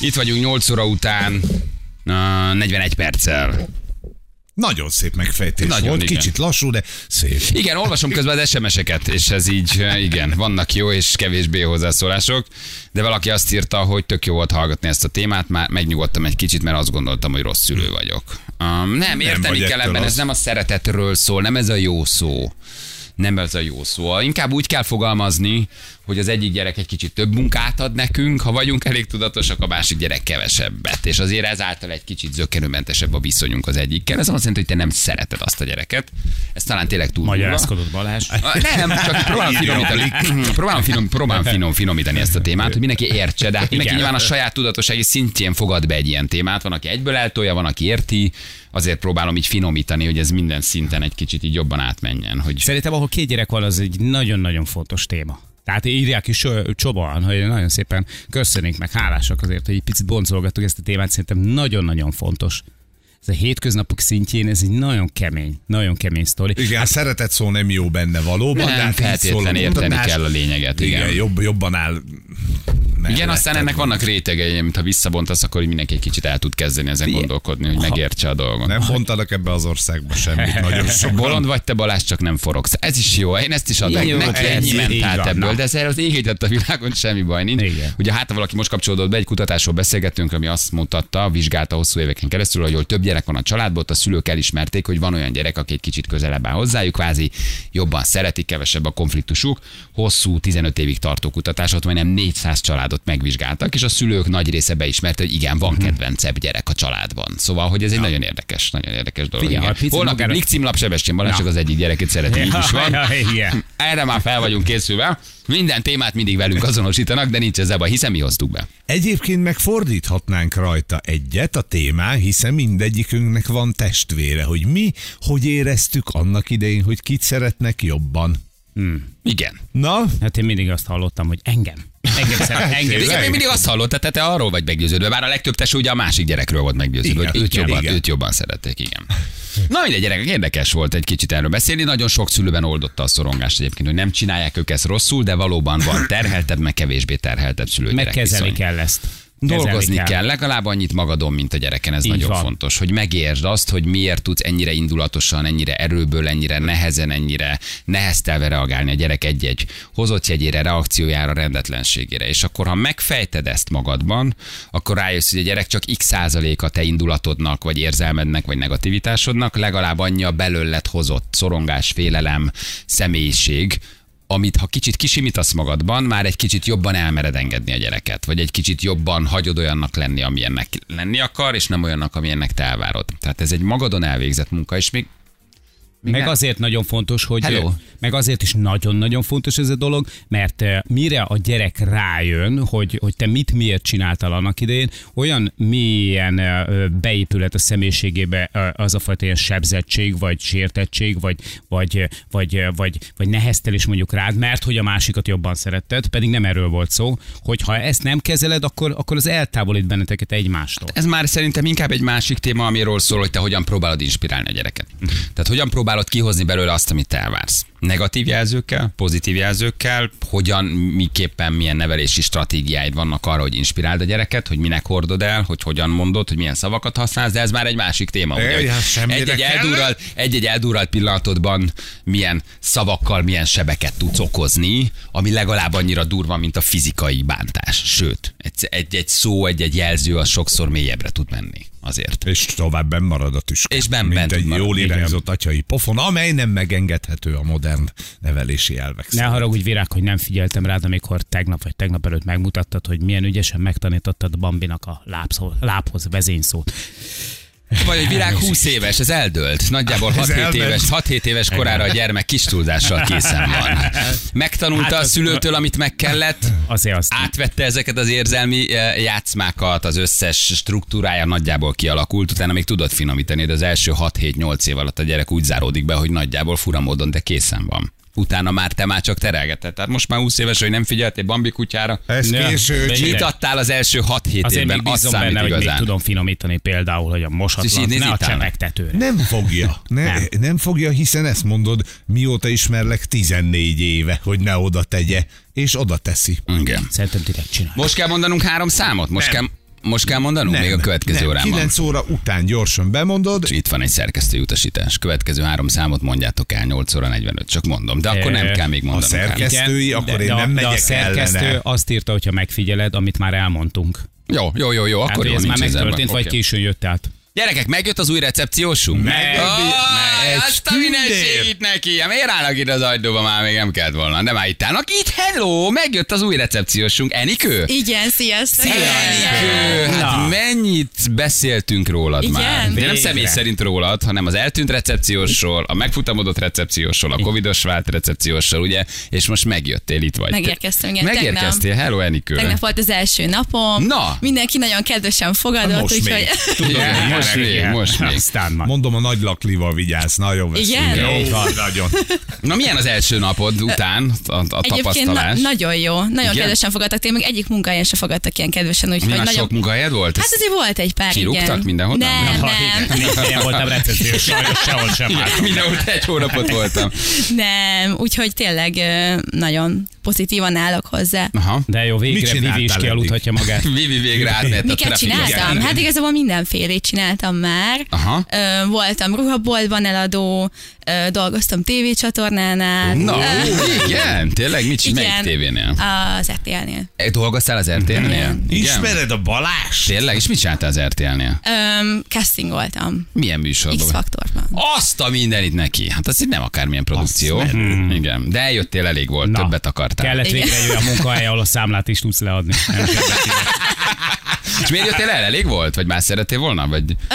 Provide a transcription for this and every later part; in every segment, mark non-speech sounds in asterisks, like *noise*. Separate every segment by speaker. Speaker 1: Itt vagyunk 8 óra után, uh, 41 perccel.
Speaker 2: Nagyon szép megfejtés
Speaker 1: Nagyon,
Speaker 2: Nagyon, volt,
Speaker 1: igen.
Speaker 2: igen. kicsit lassú, de szép.
Speaker 1: Igen, olvasom közben az SMS-eket, és ez így, uh, igen, vannak jó és kevésbé hozzászólások, de valaki azt írta, hogy tök jó volt hallgatni ezt a témát, már megnyugodtam egy kicsit, mert azt gondoltam, hogy rossz szülő vagyok. Um, nem, érteni
Speaker 2: vagy
Speaker 1: kell
Speaker 2: ettől
Speaker 1: ebben, ez
Speaker 2: az.
Speaker 1: nem a szeretetről szól, nem ez a jó szó. Nem ez a jó szó. Inkább úgy kell fogalmazni, hogy az egyik gyerek egy kicsit több munkát ad nekünk, ha vagyunk elég tudatosak, a másik gyerek kevesebbet. És azért ezáltal egy kicsit zökkenőmentesebb a viszonyunk az egyikkel. Ez azt jelenti, hogy te nem szereted azt a gyereket. Ez talán tényleg túl durva.
Speaker 3: Magyarázkodott Balázs.
Speaker 1: Ah, Nem, csak próbálom finomítani, próbálom, finom,
Speaker 3: *laughs*
Speaker 1: próbálom finom, finomítani ezt a témát, hogy mindenki értse, de hát mindenki
Speaker 3: Igen.
Speaker 1: nyilván a saját tudatossági szintjén fogad be egy ilyen témát. Van, aki egyből eltolja, van, aki érti, azért próbálom így finomítani, hogy ez minden szinten egy kicsit így jobban átmenjen. Hogy
Speaker 3: Szerintem, ahol két gyerek van, az egy nagyon-nagyon fontos téma. Tehát írják is ö, Csobaan, hogy nagyon szépen köszönünk meg, hálásak azért, hogy egy picit boncolgattuk ezt a témát, szerintem nagyon-nagyon fontos. Ez a hétköznapok szintjén ez egy nagyon kemény, nagyon kemény sztori.
Speaker 2: Igen, a szeretett szó nem jó benne valóban.
Speaker 1: Nem,
Speaker 2: de hát így
Speaker 1: feltétlen
Speaker 2: szól a
Speaker 1: érteni
Speaker 2: mondás.
Speaker 1: kell a lényeget, igen.
Speaker 2: igen jobb, jobban áll.
Speaker 1: igen, aztán
Speaker 2: melletted.
Speaker 1: ennek vannak rétegei, amit ha visszabontasz, akkor így mindenki egy kicsit el tud kezdeni ezen gondolkodni, hogy megértse a dolgot.
Speaker 2: Nem hontanak ebbe az országba
Speaker 1: *laughs*
Speaker 2: semmit, nagyon sok.
Speaker 1: Bolond vagy te, Balázs, csak nem forogsz. Ez is jó, én ezt is adom.
Speaker 3: Jó,
Speaker 1: Neki
Speaker 3: ez
Speaker 1: ennyi
Speaker 3: így
Speaker 1: ment
Speaker 3: van,
Speaker 1: át ebből,
Speaker 3: na.
Speaker 1: de ezzel az égített a világon semmi baj nincs.
Speaker 3: Igen.
Speaker 1: Ugye hát, ha valaki most kapcsolódott be, egy kutatásról beszélgettünk, ami azt mutatta, vizsgálta hosszú éveken keresztül, hogy ahol több gyerek van a családban, ott a szülők elismerték, hogy van olyan gyerek, aki egy kicsit közelebb áll hozzájuk, kvázi jobban szeretik, kevesebb a konfliktusuk. Hosszú 15 évig tartó kutatásot, majdnem 400 családot megvizsgáltak, és a szülők nagy része beismerte, hogy igen,
Speaker 3: Mhm.
Speaker 1: van kedvencebb gyerek a családban. Szóval, hogy ez egy nagyon érdekes, nagyon érdekes dolog.
Speaker 3: Figyelj,
Speaker 1: igen.
Speaker 3: ha picit
Speaker 1: Holnap
Speaker 3: magára-
Speaker 1: Blik címlap Sebestyén Balázs,
Speaker 3: Na.
Speaker 1: csak az egyik gyerekét szereti, így is
Speaker 3: *laughs*
Speaker 1: van. *laughs*
Speaker 3: Igen.
Speaker 1: Erre már fel vagyunk készülve. Minden témát mindig velünk azonosítanak, de nincs ezzel baj, hiszen mi hoztuk be.
Speaker 2: Egyébként megfordíthatnánk rajta egyet a témán, hiszen mindegyikünknek van testvére, hogy mi hogy éreztük annak idején, hogy kit szeretnek jobban.
Speaker 1: Igen.
Speaker 2: Na,
Speaker 3: Hát én mindig azt hallottam, hogy engem. Engem
Speaker 1: *laughs*
Speaker 3: szeret, engem.
Speaker 1: Igen,
Speaker 2: Tényleg?
Speaker 1: igen még mindig azt hallott, tehát te arról vagy meggyőződve, bár a legtöbb tesó ugye a másik gyerekről volt meggyőződve,
Speaker 2: Igen,
Speaker 1: hogy őt
Speaker 2: igen,
Speaker 1: jobban,
Speaker 2: igen.
Speaker 1: őt jobban szerették, igen. Na mindegy, gyerekek, érdekes volt egy kicsit erről beszélni. Nagyon sok szülőben oldotta a szorongást egyébként, hogy nem csinálják ők ezt rosszul, de valóban van terheltebb, meg kevésbé terheltebb szülő
Speaker 3: Megkezelni kell ezt. Kezelni
Speaker 1: Dolgozni kell. kell, legalább annyit magadon, mint a gyereken, ez Így
Speaker 3: Így
Speaker 1: nagyon van.
Speaker 3: van.
Speaker 1: fontos, hogy megértsd azt, hogy miért tudsz ennyire indulatosan, ennyire erőből, ennyire nehezen, ennyire neheztelve reagálni a gyerek egy-egy hozott jegyére, reakciójára, rendetlenségére. És akkor, ha megfejted ezt magadban, akkor rájössz, hogy a gyerek csak x százaléka te indulatodnak, vagy érzelmednek, vagy negativitásodnak, legalább annyi a belőled hozott szorongás, félelem, személyiség, amit ha kicsit kisimítasz magadban, már egy kicsit jobban elmered engedni a gyereket, vagy egy kicsit jobban hagyod olyannak lenni, amilyennek lenni akar, és nem olyannak, amilyennek te elvárod. Tehát ez egy magadon elvégzett munka, és még
Speaker 3: Meg
Speaker 1: Igen.
Speaker 3: azért nagyon fontos, hogy
Speaker 1: Hello.
Speaker 3: meg azért is nagyon-nagyon fontos ez a dolog, mert eh, mire a gyerek rájön, hogy, hogy te mit miért csináltál annak idején, olyan milyen eh, beépület a személyiségébe eh, az a fajta ilyen sebzettség, vagy sértettség, vagy, vagy, vagy, vagy, vagy neheztelés mondjuk rád, mert hogy a másikat jobban szeretted, pedig nem erről volt szó, hogy ha ezt nem kezeled, akkor, akkor az eltávolít benneteket egymástól.
Speaker 1: Hát ez már szerintem inkább egy másik téma, amiről szól, hogy te hogyan próbálod inspirálni a gyereket. Tehát hogyan próbálod kihozni belőle azt, amit te elvársz. Negatív jelzőkkel, pozitív jelzőkkel, hogyan, miképpen, milyen nevelési stratégiáid vannak arra, hogy inspiráld a gyereket, hogy minek hordod el, hogy hogyan mondod, hogy milyen szavakat használsz, de ez már egy másik téma. ugye,
Speaker 2: Ej,
Speaker 1: hogy
Speaker 2: hát semmire
Speaker 1: egy-egy
Speaker 2: kellett.
Speaker 1: eldurralt, egy-egy eldurralt pillanatodban milyen szavakkal, milyen sebeket tudsz okozni, ami legalább annyira durva, mint a fizikai bántás. Sőt, egy- egy-egy szó, egy-egy jelző az sokszor mélyebbre tud menni azért.
Speaker 2: és tovább benn marad a tüske.
Speaker 1: És benn-
Speaker 2: Mint
Speaker 1: bent
Speaker 2: egy
Speaker 1: marad,
Speaker 2: jól
Speaker 1: igen.
Speaker 2: irányzott atyai pofon, amely nem megengedhető a modern nevelési elvek
Speaker 3: Ne
Speaker 2: szerint.
Speaker 3: haragudj, Virág, hogy nem figyeltem rád, amikor tegnap vagy tegnap előtt megmutattad, hogy milyen ügyesen megtanítottad Bambinak a lábszó, lábhoz vezényszót.
Speaker 1: Vagy egy virág 20 éves, ez eldőlt. Nagyjából 6-7
Speaker 2: elment.
Speaker 1: éves, 6-7 éves korára a gyermek kis túlzással készen van. Megtanulta
Speaker 3: Hát
Speaker 1: a
Speaker 3: az-
Speaker 1: szülőtől, amit meg kellett,
Speaker 3: Azért azt.
Speaker 1: átvette ezeket az érzelmi eh, játszmákat, az összes struktúrája nagyjából kialakult, utána még tudod finomítani, de az első 6-7-8 év alatt a gyerek úgy záródik be, hogy nagyjából fura módon, de készen van. Utána már te már csak terelgeted. Tehát most már 20 éves, hogy nem figyeltél Bambi kutyára.
Speaker 2: Ez
Speaker 3: Ne.
Speaker 2: késő,
Speaker 3: De
Speaker 2: Csilla.
Speaker 1: Mit adtál az első 6-7
Speaker 3: Azért
Speaker 1: évben?
Speaker 3: még
Speaker 1: Azt
Speaker 3: bízom
Speaker 1: számít
Speaker 3: benne, hogy még
Speaker 1: igazán.
Speaker 3: tudom finomítani például, hogy a
Speaker 1: És így
Speaker 3: mosatlan,
Speaker 1: néz
Speaker 3: ne a
Speaker 1: itt állnak.
Speaker 3: csemegtetőre.
Speaker 2: Nem fogja. Ne, nem.
Speaker 3: Nem.
Speaker 2: nem fogja, hiszen ezt mondod, mióta ismerlek 14 éve, hogy ne oda tegye, és oda teszi.
Speaker 1: Igen.
Speaker 3: Szerintem direkt csinál.
Speaker 1: Most kell mondanunk három számot? Most kell... Most kell mondanunk? Még a következő
Speaker 2: nem,
Speaker 1: órában.
Speaker 2: 9 óra után gyorsan bemondod,
Speaker 1: Itt van egy szerkesztői utasítás. Következő három számot mondjátok el, 8 óra 45, csak mondom. De akkor nem
Speaker 3: Eh,
Speaker 1: kell még
Speaker 2: ha
Speaker 1: mondanom. Károl.
Speaker 3: Igen,
Speaker 2: szerkesztői, akkor én
Speaker 3: a-
Speaker 2: nem
Speaker 3: de a
Speaker 2: megyek
Speaker 3: szerkesztő
Speaker 2: ellene.
Speaker 3: azt írta, hogyha megfigyeled, amit már elmondtunk.
Speaker 1: Jó, jó, jó, jó,
Speaker 3: Hát,
Speaker 1: akkor
Speaker 3: hogy
Speaker 1: jó,
Speaker 3: ez már
Speaker 1: nincs ezzel
Speaker 3: megtörtént,
Speaker 1: baj.
Speaker 3: vagy
Speaker 1: Oké.
Speaker 3: későn jött át.
Speaker 1: Gyerekek, megjött az új recepciósunk?
Speaker 3: Meg-
Speaker 1: Aj,
Speaker 2: meg-
Speaker 1: Azt a
Speaker 2: tündér.
Speaker 1: mindenségét neki! Miért állnak itt az ajtóba? Már még nem kellett volna. De már itt állnak. Itt, hello! Megjött az új recepciósunk. Enikő?
Speaker 4: Igen, sziasztok!
Speaker 1: Enikő!
Speaker 3: Na.
Speaker 1: Hát mennyit beszéltünk rólad
Speaker 4: Igen?
Speaker 1: már? De nem
Speaker 3: Végre.
Speaker 1: személy szerint rólad, hanem az eltűnt recepciósról, a megfutamodott recepciósról, a covidos vált recepciósról, ugye? És most megjöttél, itt vagy.
Speaker 4: Megérkeztem, igen,
Speaker 1: Megérkeztél, hello Enikő.
Speaker 4: Tegnap volt az első napom.
Speaker 1: Na! Hát
Speaker 4: Mindenki nagyon kedvesen
Speaker 2: Na,
Speaker 4: fogadott,
Speaker 2: most
Speaker 4: úgyhogy...
Speaker 1: Tudod,
Speaker 3: Igen,
Speaker 1: hogy most
Speaker 3: igen,
Speaker 1: még,
Speaker 3: igen.
Speaker 1: most még.
Speaker 3: Aztán már.
Speaker 2: mondom a nagy laklival vigyázz, nagyon veszünk.
Speaker 4: Igen?
Speaker 2: Jó,
Speaker 1: Így van.
Speaker 2: nagyon.
Speaker 1: Na milyen az első napod után a, a
Speaker 4: *laughs* Egyébként na-
Speaker 1: tapasztalás?
Speaker 4: nagyon jó, nagyon
Speaker 1: Igen?
Speaker 4: kedvesen fogadtak, tényleg még egyik munkahelyen se fogadtak ilyen kedvesen, úgyhogy
Speaker 1: Milyen
Speaker 4: nagyon...
Speaker 1: sok munkahelyed volt?
Speaker 4: Hát azért volt egy pár,
Speaker 1: Kirúgtak
Speaker 4: igen.
Speaker 1: mindenhol?
Speaker 4: Nem,
Speaker 3: Ha,
Speaker 4: nem,
Speaker 1: *laughs*
Speaker 3: igen, négy helyen voltam recepciós, sajnos sehol sem már.
Speaker 1: Igen, Hát, Mindenhol egy hónapot voltam.
Speaker 4: *laughs* nem, úgyhogy tényleg ö, nagyon pozitívan állok hozzá.
Speaker 1: Aha.
Speaker 3: De jó,
Speaker 2: Mit
Speaker 3: végre
Speaker 2: csináltál
Speaker 3: Vivi is
Speaker 2: eddig?
Speaker 3: kialudhatja magát.
Speaker 1: Vivi végre átmehet a
Speaker 4: Miket
Speaker 1: trafikon.
Speaker 4: csináltam? Hát igazából mindenfélét csináltam már.
Speaker 1: Aha.
Speaker 4: Ö, voltam ruhaboltban eladó, ö, dolgoztam tévécsatornánál.
Speaker 1: Na,
Speaker 4: Ö,
Speaker 1: igen, tényleg, mit csinál? Melyik tévénél?
Speaker 4: Az RTL-nél.
Speaker 1: E, Dolgoztál az RTL-nél? Igen.
Speaker 2: Ismered a Balázs?
Speaker 1: Tényleg, és mit csináltál az RTL-nél?
Speaker 4: Öm, castingoltam.
Speaker 1: Milyen
Speaker 4: x
Speaker 1: műsorban?
Speaker 4: faktorban
Speaker 1: Azt a mindenit neki. Hát az itt nem akármilyen produkció. Hmm.
Speaker 2: Azt
Speaker 1: Igen, de eljöttél, elég volt,
Speaker 3: Na.
Speaker 1: többet akartál.
Speaker 3: Kellett
Speaker 4: Igen.
Speaker 3: végre egy olyan munkahely, ahol a számlát is tudsz leadni. Nem kell beszélni.
Speaker 1: És miért jöttél el? Elég volt? Vagy már szerettél volna? Vagy
Speaker 4: Ö,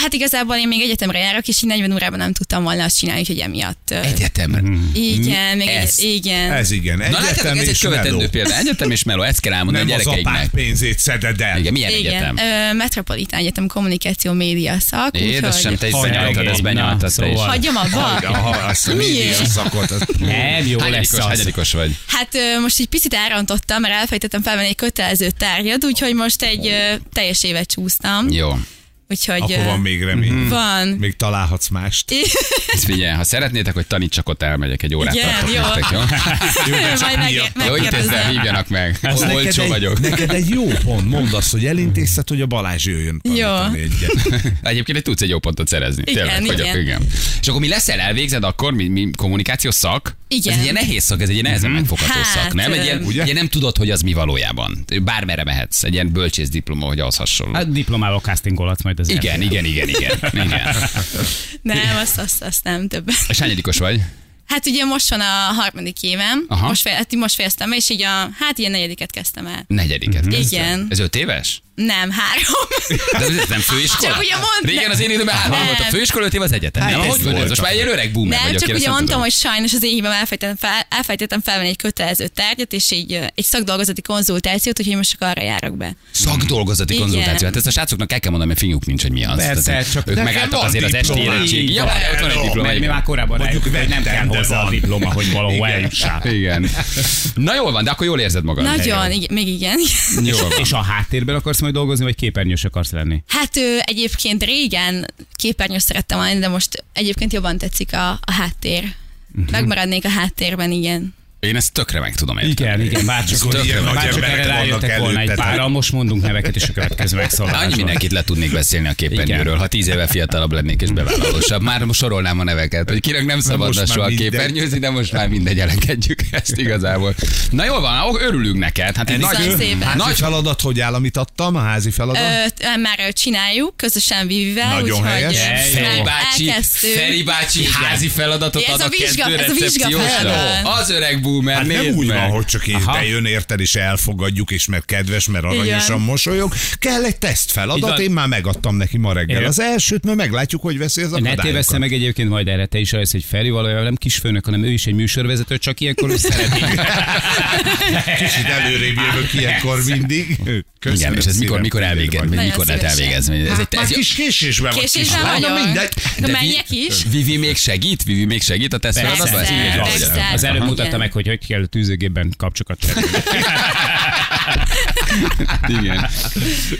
Speaker 4: hát igazából én még egyetemre járok, és így 40 órában nem tudtam volna azt csinálni, hogy emiatt. Ö,
Speaker 1: egyetemre?
Speaker 3: Hmm.
Speaker 4: igen, még egy,
Speaker 1: ez-
Speaker 4: igen.
Speaker 2: Ez igen.
Speaker 1: Na látjátok,
Speaker 2: egyetem
Speaker 1: ez egy
Speaker 2: és
Speaker 1: követendő
Speaker 2: meló.
Speaker 1: példa. Egyetem és meló, ezt kell elmondani
Speaker 2: Nem
Speaker 1: a
Speaker 2: az apák
Speaker 1: gyerekeiknek.
Speaker 2: pénzét szeded el.
Speaker 1: Igen, milyen egyetem?
Speaker 4: igen. Ö, Metropolitán Egyetem kommunikáció média szak.
Speaker 1: Édesem, te is
Speaker 3: Hajrá,
Speaker 1: benyaltad,
Speaker 3: igen.
Speaker 1: ezt benyaltad
Speaker 3: Na,
Speaker 1: te is.
Speaker 3: szóval.
Speaker 4: Hagyjam abba?
Speaker 2: Ha, ha, azt a média szakot, az-
Speaker 3: Nem, jó lesz
Speaker 1: Hányadikos,
Speaker 3: az.
Speaker 1: hányadikos vagy?
Speaker 4: Hát ö, most egy picit elrontottam, mert elfejtettem felvenni egy kötelező tárgyat, úgyhogy most egy ö, teljes évet csúsztam.
Speaker 1: Jó.
Speaker 4: Úgyhogy
Speaker 2: Akkor
Speaker 4: ö,
Speaker 2: van még remény.
Speaker 4: van.
Speaker 2: Még találhatsz mást.
Speaker 1: Ezt figyelj, ha szeretnétek, hogy tanítsak, ott elmegyek egy órát
Speaker 4: Igen,
Speaker 1: tartok
Speaker 4: jó.
Speaker 1: nektek,
Speaker 4: *laughs*
Speaker 1: jó?
Speaker 4: Majd meg,
Speaker 1: Jó, itt ezzel
Speaker 4: megkérdezem.
Speaker 1: hívjanak meg. Olcsó
Speaker 2: egy,
Speaker 1: vagyok.
Speaker 2: Hát neked egy jó pont, mondd azt, hogy elintézted, hogy a Balázs jöjjön. tanítani egyet.
Speaker 1: Egyébként egy tudsz egy jó pontot szerezni.
Speaker 4: Igen,
Speaker 1: Tényleg,
Speaker 4: igen.
Speaker 1: Vagyok, igen. És akkor mi leszel, elvégzed akkor, mi, mi kommunikáció szak?
Speaker 4: Igen.
Speaker 1: Ez egy ilyen nehéz szak, ez egy ilyen nehezen megfogható
Speaker 4: Hát,
Speaker 1: szak, nem? Egy ilyen, ugye?
Speaker 4: öm.
Speaker 2: Mhm. Ugye?
Speaker 1: Ilyen nem tudod, hogy az mi valójában. Bármerre mehetsz, egy ilyen bölcsész diploma, hogy ahhoz hasonló.
Speaker 3: Hát diplomával castingolhatsz majd az
Speaker 1: igen,
Speaker 3: RTL-en.
Speaker 1: igen, igen, igen,
Speaker 2: *laughs*
Speaker 1: igen.
Speaker 4: Nem, azt, azt, azt nem többen.
Speaker 1: És hányadikos vagy?
Speaker 4: Hát ugye most van a harmadik évem,
Speaker 1: Aha.
Speaker 4: most, fe, hát most fejeztem be, és így a, hát ilyen negyediket kezdtem el.
Speaker 1: Negyediket.
Speaker 2: Mhm.
Speaker 1: kezdted.
Speaker 4: Igen.
Speaker 1: Ez öt éves?
Speaker 4: Nem, három.
Speaker 1: De ez *laughs* nem főiskola?
Speaker 4: Csak ugye mondta-
Speaker 1: Régen az én időben három
Speaker 4: Nem.
Speaker 1: volt a főiskola, öt év az egyetem. Nem,
Speaker 2: Hát,
Speaker 1: hogy
Speaker 2: ez
Speaker 1: van ez?
Speaker 2: volt
Speaker 1: Most
Speaker 2: a-
Speaker 1: már ilyen öreg boomer
Speaker 4: nem,
Speaker 1: vagyok.
Speaker 4: csak
Speaker 1: én ezt
Speaker 4: ugye
Speaker 1: nem
Speaker 4: mondtam,
Speaker 1: tudom.
Speaker 4: hogy sajnos az én hívem elfejtettem, fel, elfejtettem felvenni egy kötelező tárgyat, és így ö, egy szakdolgozati konzultációt, úgyhogy most csak arra járok be.
Speaker 1: Szakdolgozati
Speaker 4: Igen.
Speaker 1: konzultáció. Hát ezt a srácoknak el kell mondani, mert fiúk nincs, hogy mi az.
Speaker 3: Persze,
Speaker 1: Tehát,
Speaker 3: csak
Speaker 1: ők
Speaker 3: nekem
Speaker 1: megálltak
Speaker 2: van
Speaker 1: azért az esti
Speaker 2: diplomám.
Speaker 1: érettség.
Speaker 3: Így
Speaker 1: Ja,
Speaker 3: van.
Speaker 1: ott van egy diploma.
Speaker 3: Mert mi
Speaker 1: igen.
Speaker 3: már korábban
Speaker 2: Mondjuk
Speaker 3: rájöttünk, hogy nem
Speaker 2: vettem,
Speaker 3: kell
Speaker 2: de
Speaker 3: hozzá a
Speaker 2: van.
Speaker 3: diploma, hogy valahol eljussál.
Speaker 1: Igen. Na jól van, de akkor jól érzed magad.
Speaker 4: Nagyon, igen, még igen. *laughs*
Speaker 1: Jól van.
Speaker 3: És a háttérben akarsz majd dolgozni, vagy képernyős akarsz lenni?
Speaker 4: Hát ö, egyébként régen képernyős szerettem lenni, de most egyébként jobban tetszik a, a háttér.
Speaker 1: Mhm.
Speaker 4: Megmaradnék a háttérben, igen.
Speaker 1: Én ezt tökre meg tudom érteni.
Speaker 3: Igen, igen, bárcsak,
Speaker 2: Szóval
Speaker 3: hogy,
Speaker 2: ilyen nagy
Speaker 3: bárcsak erre
Speaker 2: emberek
Speaker 3: rájöttek
Speaker 2: vannak
Speaker 3: volna egy
Speaker 2: előttetek.
Speaker 3: pára, most mondunk neveket, és a következő
Speaker 1: Annyi
Speaker 3: megszólalásban.
Speaker 1: mindenkit le tudnék beszélni a képernyőről,
Speaker 3: Igen.
Speaker 1: ha tíz éve fiatalabb lennék és bevállalósabb. Már most sorolnám a neveket, hogy kinek nem szabadna
Speaker 2: most már
Speaker 1: soha
Speaker 2: mindegy.
Speaker 1: képernyőzni, de most már mindegy, elengedjük ezt igazából. Na jól van, ó, örülünk neked. Hát egy
Speaker 4: Ennek
Speaker 1: nagy,
Speaker 4: Köszönöm szépen.
Speaker 2: Házi
Speaker 1: nagy
Speaker 2: feladat, hogy áll, amit adtam, a házi feladat? Hát
Speaker 4: Ö, t- már ö, csináljuk, közösen Vivivel,
Speaker 2: Nagyon
Speaker 4: úgyhogy
Speaker 2: helyes.
Speaker 4: ö,
Speaker 3: Jaj,
Speaker 1: Feri
Speaker 4: már
Speaker 1: bácsi,
Speaker 4: elkezdtük.
Speaker 1: Feri bácsi házi feladatot
Speaker 4: Ez
Speaker 1: ad
Speaker 4: a
Speaker 1: a,
Speaker 4: vizsga-
Speaker 1: kezdő
Speaker 4: ez a vizsga
Speaker 1: recepciósra.
Speaker 4: feladat.
Speaker 1: Az öreg boomer,
Speaker 2: Hát nem
Speaker 1: nézd
Speaker 2: úgy
Speaker 1: meg.
Speaker 2: van, hogy csak így
Speaker 3: Aha.
Speaker 2: bejön érted, és elfogadjuk, és mert kedves, mert aranyosan
Speaker 4: Igen.
Speaker 2: mosolyog. Kell egy teszt
Speaker 3: Így
Speaker 2: feladat,
Speaker 3: van.
Speaker 2: én már megadtam neki ma reggel
Speaker 3: Igen.
Speaker 2: az elsőt, mert meglátjuk, hogy veszi az
Speaker 3: Ne
Speaker 2: akadályokat.
Speaker 3: tévessze meg egyébként majd erre, te is lesz egy Feri, valójában nem kisfőnök, hanem ő is egy műsorvezető, csak ilyenkor ő szeretné.
Speaker 2: Kicsit előrébb jövök ilyenkor mindig. Köszönöm
Speaker 1: Igen, és ez
Speaker 2: szépen,
Speaker 1: mikor, mikor
Speaker 2: hogy
Speaker 1: elvégez, vagy
Speaker 2: vagy.
Speaker 1: mikor lehet
Speaker 4: szívesen.
Speaker 1: elvégezni. Ez egy,
Speaker 2: Már
Speaker 1: ez
Speaker 2: kis késésben vagy.
Speaker 4: Késésben
Speaker 2: kis- Na,
Speaker 4: vagyok.
Speaker 2: mindegy.
Speaker 4: De
Speaker 1: De
Speaker 4: menjek
Speaker 1: Vi-
Speaker 4: is.
Speaker 1: Vivi még segít? Vivi még segít a teszt
Speaker 4: Persze,
Speaker 1: feladatban?
Speaker 4: persze,
Speaker 1: Igen,
Speaker 4: persze.
Speaker 1: igen.
Speaker 3: Az előbb
Speaker 4: Aha.
Speaker 3: mutatta
Speaker 4: Igen.
Speaker 3: meg, hogy hogy kell a tűzőgépben kapcsokat cserélni.
Speaker 1: Igen.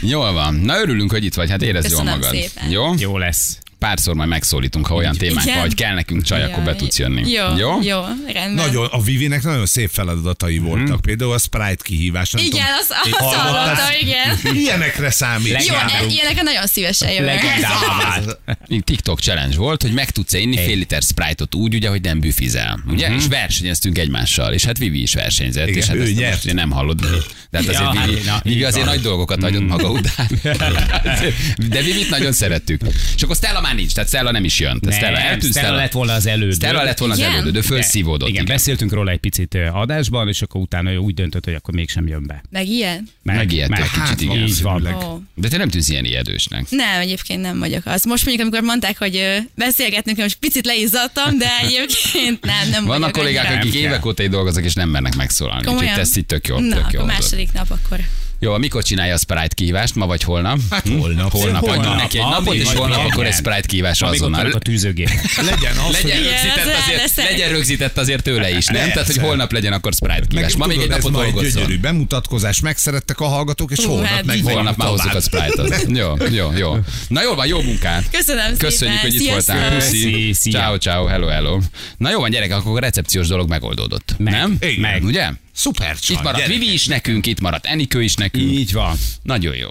Speaker 1: Jól van. Na örülünk, hogy itt vagy, hát érezd jól
Speaker 4: Köszönöm
Speaker 1: magad.
Speaker 4: szépen.
Speaker 1: Jó?
Speaker 3: Jó lesz.
Speaker 1: párszor majd megszólítunk, ha olyan témánk
Speaker 4: Igen.
Speaker 1: van, hogy kell nekünk csaj, akkor be tudsz jönni.
Speaker 4: Jó,
Speaker 1: Jó?
Speaker 4: jó, jó rendben.
Speaker 2: Nagyon, a Vivinek nagyon szép feladatai
Speaker 1: Mhm.
Speaker 2: voltak. Például a Sprite kihívás. nem
Speaker 4: Igen,
Speaker 2: tudom,
Speaker 4: azt, azt
Speaker 2: hallottál?
Speaker 4: hallottam, igen.
Speaker 2: Ilyenekre számít.
Speaker 4: Jó, e- ilyenekre nagyon szívesen jövök.
Speaker 3: Legendávát.
Speaker 1: TikTok challenge volt, hogy meg tudsz inni fél liter Sprite-ot úgy, ugye, hogy nem büfizel. Ugye? És versenyeztünk egymással, és hát Vivi is versenyzett,
Speaker 2: Igen,
Speaker 1: és hát
Speaker 2: ő
Speaker 1: ezt
Speaker 2: nyert.
Speaker 1: most én nem hallod. De hát azért
Speaker 3: Ja,
Speaker 1: Vivi,
Speaker 3: na,
Speaker 1: Vivi
Speaker 3: így
Speaker 1: azért
Speaker 3: van.
Speaker 1: nagy dolgokat hagyott maga után. De Vivit nagyon szerettük. És akkor Stella már nincs, tehát Stella nem is jön. Tehát Stella
Speaker 3: Nem,
Speaker 1: eltűnt,
Speaker 3: Stella lett volna az elődő.
Speaker 1: Stella lett volna az
Speaker 4: Igen?
Speaker 1: elődő, de fölszívódott.
Speaker 3: Igen, beszéltünk róla egy picit ö, adásban, és akkor utána ő úgy döntött, hogy akkor mégsem jön be.
Speaker 4: Meg ilyen?
Speaker 1: Megijedt egy kicsit,
Speaker 3: hát,
Speaker 1: igen.
Speaker 3: Így van.
Speaker 2: Valószínűleg.
Speaker 4: Ó.
Speaker 1: De te nem tűnsz ilyen ijedősnek.
Speaker 4: Nem, egyébként nem vagyok az. Most mondjuk, amikor mondták, hogy ö, beszélgetnünk, most picit
Speaker 1: *laughs*
Speaker 4: leizzadtam, de egyébként nem, nem
Speaker 1: Vannak
Speaker 4: vagyok
Speaker 1: kollégák,
Speaker 4: annyira.
Speaker 1: akik
Speaker 3: kell.
Speaker 1: évek óta itt dolgoznak, és nem mernek megszólalni. Úgyhogy
Speaker 4: Komolyan?
Speaker 1: te ezt így tök jól,
Speaker 4: Na,
Speaker 1: tök jól
Speaker 4: akkor
Speaker 1: hozod.
Speaker 4: második nap akkor.
Speaker 1: Jó, mikor csinálja a Sprite kihívást? Ma vagy holnap? Hát
Speaker 2: holnap.
Speaker 1: Holnap.
Speaker 2: Holnap.
Speaker 1: Adjunk neki egy
Speaker 3: Addig
Speaker 1: napot, és
Speaker 3: vagy
Speaker 1: holnap
Speaker 3: pihenjen.
Speaker 1: akkor egy Sprite kihívás
Speaker 3: Amíg ott
Speaker 1: azonnal.
Speaker 3: vannak a tűzögép.
Speaker 2: Legyen az,
Speaker 1: *laughs* Legyen
Speaker 2: hogy
Speaker 4: Igen,
Speaker 1: rögzített,
Speaker 4: az
Speaker 1: azért,
Speaker 4: elveszett.
Speaker 1: legyen rögzített azért tőle is, nem? Tehát, hogy
Speaker 2: Persze.
Speaker 1: holnap legyen akkor Sprite
Speaker 2: meg,
Speaker 1: kihívás. Ma még egy
Speaker 2: tudod, ez
Speaker 1: napot
Speaker 2: ma egy
Speaker 1: dolgozzon.
Speaker 2: gyönyörű bemutatkozás, megszerettek a hallgatók, és
Speaker 4: Hú,
Speaker 2: holnap
Speaker 4: hát
Speaker 2: meg
Speaker 1: Holnap már hozzuk a Sprite-ot. Jó, jó, jó. Na jól van, jó munkát.
Speaker 4: Köszönöm
Speaker 1: Köszönjük,
Speaker 4: szépen.
Speaker 1: hogy itt
Speaker 4: Sziasztok.
Speaker 1: voltál.
Speaker 3: Puszi, szia.
Speaker 1: Ciao, ciao, hello, hello. Na jó van, gyerek, akkor a recepciós dolog megoldódott.
Speaker 3: Meg.
Speaker 1: Nem?
Speaker 2: Igen.
Speaker 1: Meg. Ugye?
Speaker 2: Szuper csaj,
Speaker 1: Itt maradt
Speaker 2: gyerekek.
Speaker 1: Vivi is nekünk, itt maradt Enikő is nekünk.
Speaker 3: Így van.
Speaker 1: Nagyon jó.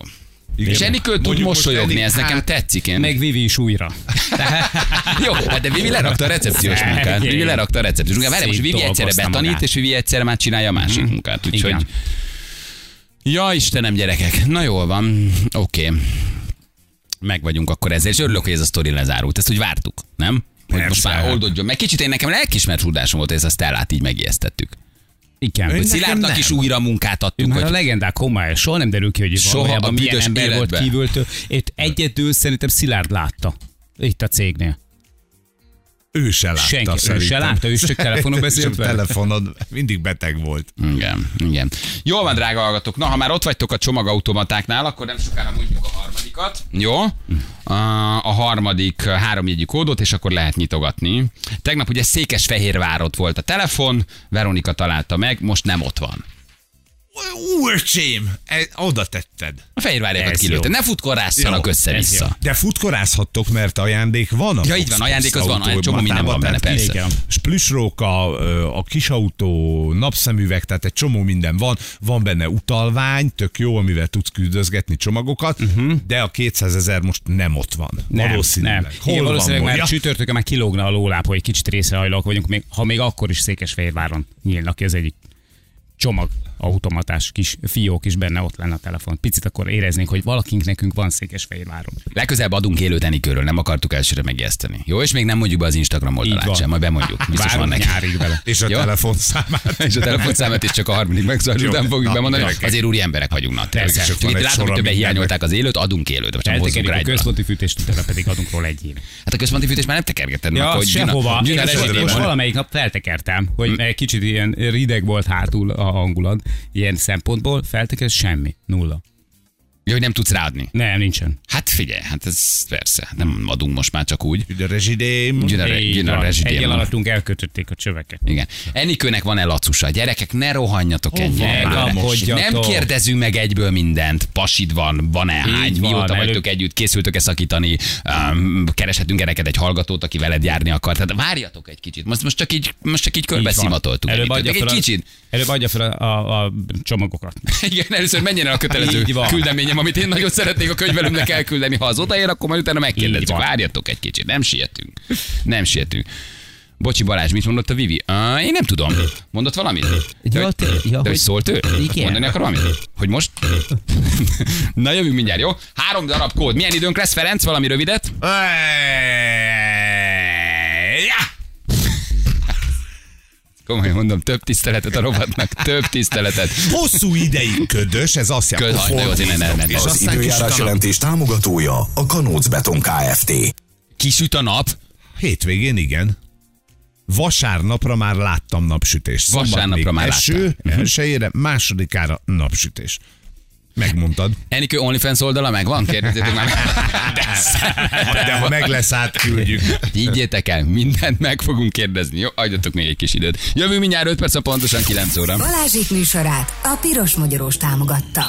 Speaker 2: Igen.
Speaker 1: És Enikő tud
Speaker 2: Mondjuk most
Speaker 1: mosolyogni,
Speaker 2: Enik-
Speaker 1: ez nekem
Speaker 2: hát,
Speaker 1: tetszik. Én
Speaker 3: Meg Vivi is újra.
Speaker 1: Jó, hát de Vivi lerakta a recepciós
Speaker 3: Szegény.
Speaker 1: munkát. Vivi lerakta a recepciós munkát. Várj, most Vivi
Speaker 3: Szétdolgozta
Speaker 1: egyszerre betanít,
Speaker 3: magát.
Speaker 1: és Vivi egyszerre már csinálja a másik munkát. Úgyhogy...
Speaker 3: Igen.
Speaker 1: Ja, Istenem, gyerekek. Na jól van. Oké. Meg vagyunk akkor ezzel, és örülök, hogy ez a sztori lezárult. Ezt úgy vártuk, nem? Hogy most
Speaker 2: Persze.
Speaker 1: már oldódjon meg. Kicsit én nekem lelkismert hurdásom volt, hogy ezt a Stellát így megijesztettük.
Speaker 3: Igen.
Speaker 1: Hogy
Speaker 2: Nekem
Speaker 1: Szilárdnak
Speaker 2: nem.
Speaker 1: is újra munkát
Speaker 3: Ő
Speaker 1: adtunk,
Speaker 3: már a
Speaker 1: hogy
Speaker 3: legendák homály, soha nem derül ki, hogy
Speaker 1: Soha
Speaker 3: valójában
Speaker 1: a
Speaker 3: milyen
Speaker 1: büdös
Speaker 3: ember volt
Speaker 1: életben.
Speaker 3: kívültől. Itt egyedül szerintem Szilárd látta. Itt a cégnél.
Speaker 2: Ő se látta.
Speaker 3: Senki, ő se
Speaker 2: szerintem.
Speaker 3: látta, ő is
Speaker 2: *laughs*
Speaker 3: csak telefonon beszélt
Speaker 2: Csak
Speaker 3: vele.
Speaker 2: telefonon, mindig beteg volt.
Speaker 1: Igen, igen. Jól van, drága hallgatók. Na, ha már ott vagytok a csomagautomatáknál, akkor nem sokára mondjuk a harmadikat. Jó? A- A harmadik eh, háromjegyű kódot, és akkor lehet nyitogatni. Tegnap ugye Székesfehérvárot volt a telefon, Veronika találta meg, most nem ott van.
Speaker 2: Úrcsém, e- oda tetted.
Speaker 1: A Fehérvárjakat
Speaker 3: Ez
Speaker 1: kilőtte.
Speaker 3: jó.
Speaker 1: Ne futkorrásszanak
Speaker 2: Jó,
Speaker 1: össze-vissza.
Speaker 3: ez
Speaker 2: De futkorászhattok, mert ajándék van. A
Speaker 1: Ja, így van, ajándék az van, egy csomó minden van benne, persze.
Speaker 2: Igen. Splüsróka, ö, a kisautó, napszemüveg, tehát egy csomó minden van. Van benne utalvány, tök jó, amivel tudsz küldözgetni csomagokat,
Speaker 1: Mhm.
Speaker 2: uh-huh. de a 200 ezer most nem ott van.
Speaker 3: Nem,
Speaker 2: valószínűleg.
Speaker 3: Nem.
Speaker 2: Hol
Speaker 3: Igen, valószínűleg
Speaker 2: van,
Speaker 3: már
Speaker 2: mondja?
Speaker 3: csütörtökön már kilógna a lóláb, hogy kicsit részrehajlók vagyunk, még, ha még akkor is Székesfehérváron nyílnak ki az egyik csomag automatás kis fiók is benne ott lenne a telefon. Picit akkor éreznénk, hogy valakink nekünk van Székesfehérváron.
Speaker 1: Legközelebb adunk élőt Enikőről, nem akartuk elsőre megijeszteni. Jó, és még nem mondjuk be az Instagram oldalát
Speaker 3: van.
Speaker 1: sem, majd bemondjuk. Biztos van
Speaker 3: Várunk
Speaker 1: neki.
Speaker 3: nyárig vele.
Speaker 2: És a
Speaker 1: Jó?
Speaker 2: telefonszámát.
Speaker 1: *laughs* és a telefonszámot is csak a harmadik megszólás
Speaker 2: Jó,
Speaker 1: után fogjuk
Speaker 2: na,
Speaker 1: bemondani.
Speaker 2: gyerekek.
Speaker 1: Azért úri emberek vagyunk, na tényleg.
Speaker 3: Persze.
Speaker 1: Csak
Speaker 2: Van
Speaker 1: itt
Speaker 2: egy
Speaker 1: látom,
Speaker 2: sor,
Speaker 1: hogy többen
Speaker 2: ami
Speaker 1: hiányolták az élőt, adunk élőt, most nem hozzunk
Speaker 3: Eltekerik
Speaker 1: rá
Speaker 3: a
Speaker 1: egyet.
Speaker 3: központi fűtést, utána pedig adunk róla egy évet.
Speaker 1: Hát a központi fűtés már nem tekergeted,
Speaker 3: Ja,
Speaker 1: hogy
Speaker 3: az sehova. Én
Speaker 1: Gyuna
Speaker 3: is
Speaker 1: rezsidén
Speaker 3: most
Speaker 1: van.
Speaker 3: valamelyik nap feltekertem, hogy egy kicsit ilyen rideg volt hátul a hangulat, ilyen szempontból felteker semmi, nulla.
Speaker 1: Jó, hogy nem tudsz ráadni.
Speaker 3: Nem, nincsen.
Speaker 1: Hát figyelj, hát ez persze, nem adunk most már csak úgy.
Speaker 2: Ugye rezsidém.
Speaker 1: Gyuna, re-
Speaker 3: Így
Speaker 1: gyuna
Speaker 3: van. Egyen
Speaker 1: rezsidén van.
Speaker 3: alattunk elkötötték a csöveket.
Speaker 1: Igen. Enikőnek van-e lacusa? Gyerekek, ne rohanjatok ennyire.
Speaker 3: van,
Speaker 1: előre.
Speaker 3: kapkodjatok.
Speaker 1: Nem kérdezünk meg egyből mindent. Pasid van, van-e hány,
Speaker 3: van,
Speaker 1: mióta
Speaker 3: előbb-
Speaker 1: vagytok együtt, készültök-e szakítani, um, kereshetünk -e neked egy hallgatót, aki veled járni akar. Tehát várjatok egy kicsit. Most, most csak így, most csak így körbe
Speaker 3: Így van.
Speaker 1: szimatoltuk.
Speaker 3: Előbb
Speaker 1: Enikőt.
Speaker 3: adja
Speaker 1: Meg
Speaker 3: fel,
Speaker 1: egy
Speaker 3: a-
Speaker 1: kicsit.
Speaker 3: előbb adja fel a, a, a csomagokat.
Speaker 1: Igen, először menjen el a kötelező
Speaker 3: Így van.
Speaker 1: küldeményem, amit én nagyon szeretnék a könyvelőmnek elküldeni. Ha az odaér, akkor majd utána
Speaker 3: Így
Speaker 1: megkérdezzük.
Speaker 3: van.
Speaker 1: Várjatok egy kicsit, nem sietünk. Nem sietünk. Bocsi Balázs, mit mondott a Vivi? Uh, én nem tudom. Mondott valamit? De,
Speaker 3: Ja,
Speaker 1: hogy-
Speaker 3: te- ja,
Speaker 1: de hogy
Speaker 3: hogy-
Speaker 1: szólt ő?
Speaker 3: Igen.
Speaker 1: Mondani akar valamit? Hogy most? Na jövünk mindjárt, jó? Három darab kód. Milyen időnk lesz, Ferenc? Valami rövidet?
Speaker 2: Ja!
Speaker 1: Komolyan mondom, több tiszteletet a rovatnak, több tiszteletet.
Speaker 2: Hosszú ideig ködös, ez azt
Speaker 1: Köd-
Speaker 2: jelenti,
Speaker 1: Aj, de azért ne- ne- ne-
Speaker 2: és
Speaker 1: ne-
Speaker 5: Az
Speaker 2: aztán kis
Speaker 5: időjárás
Speaker 2: kanap.
Speaker 5: jelentés támogatója a Kanóc Beton Kft.
Speaker 1: Kisüt a nap,
Speaker 2: Hétvégén igen. Vasárnapra már láttam napsütés.
Speaker 1: Vasárnapra
Speaker 2: még
Speaker 1: már
Speaker 2: eső, *laughs* elsőjére, másodikára napsütés.
Speaker 1: *laughs*
Speaker 2: Megmondtad.
Speaker 1: Enikő OnlyFans oldala megvan? Kérdezzétek már.
Speaker 2: De ha meg lesz, átküldjük.
Speaker 1: Higgyétek el, mindent meg fogunk kérdezni. Jó, adjatok még egy kis időt. Jövő mindjárt 5 perc, a pontosan 9 óra.
Speaker 6: Balázsik műsorát a Piros Magyarós támogatta.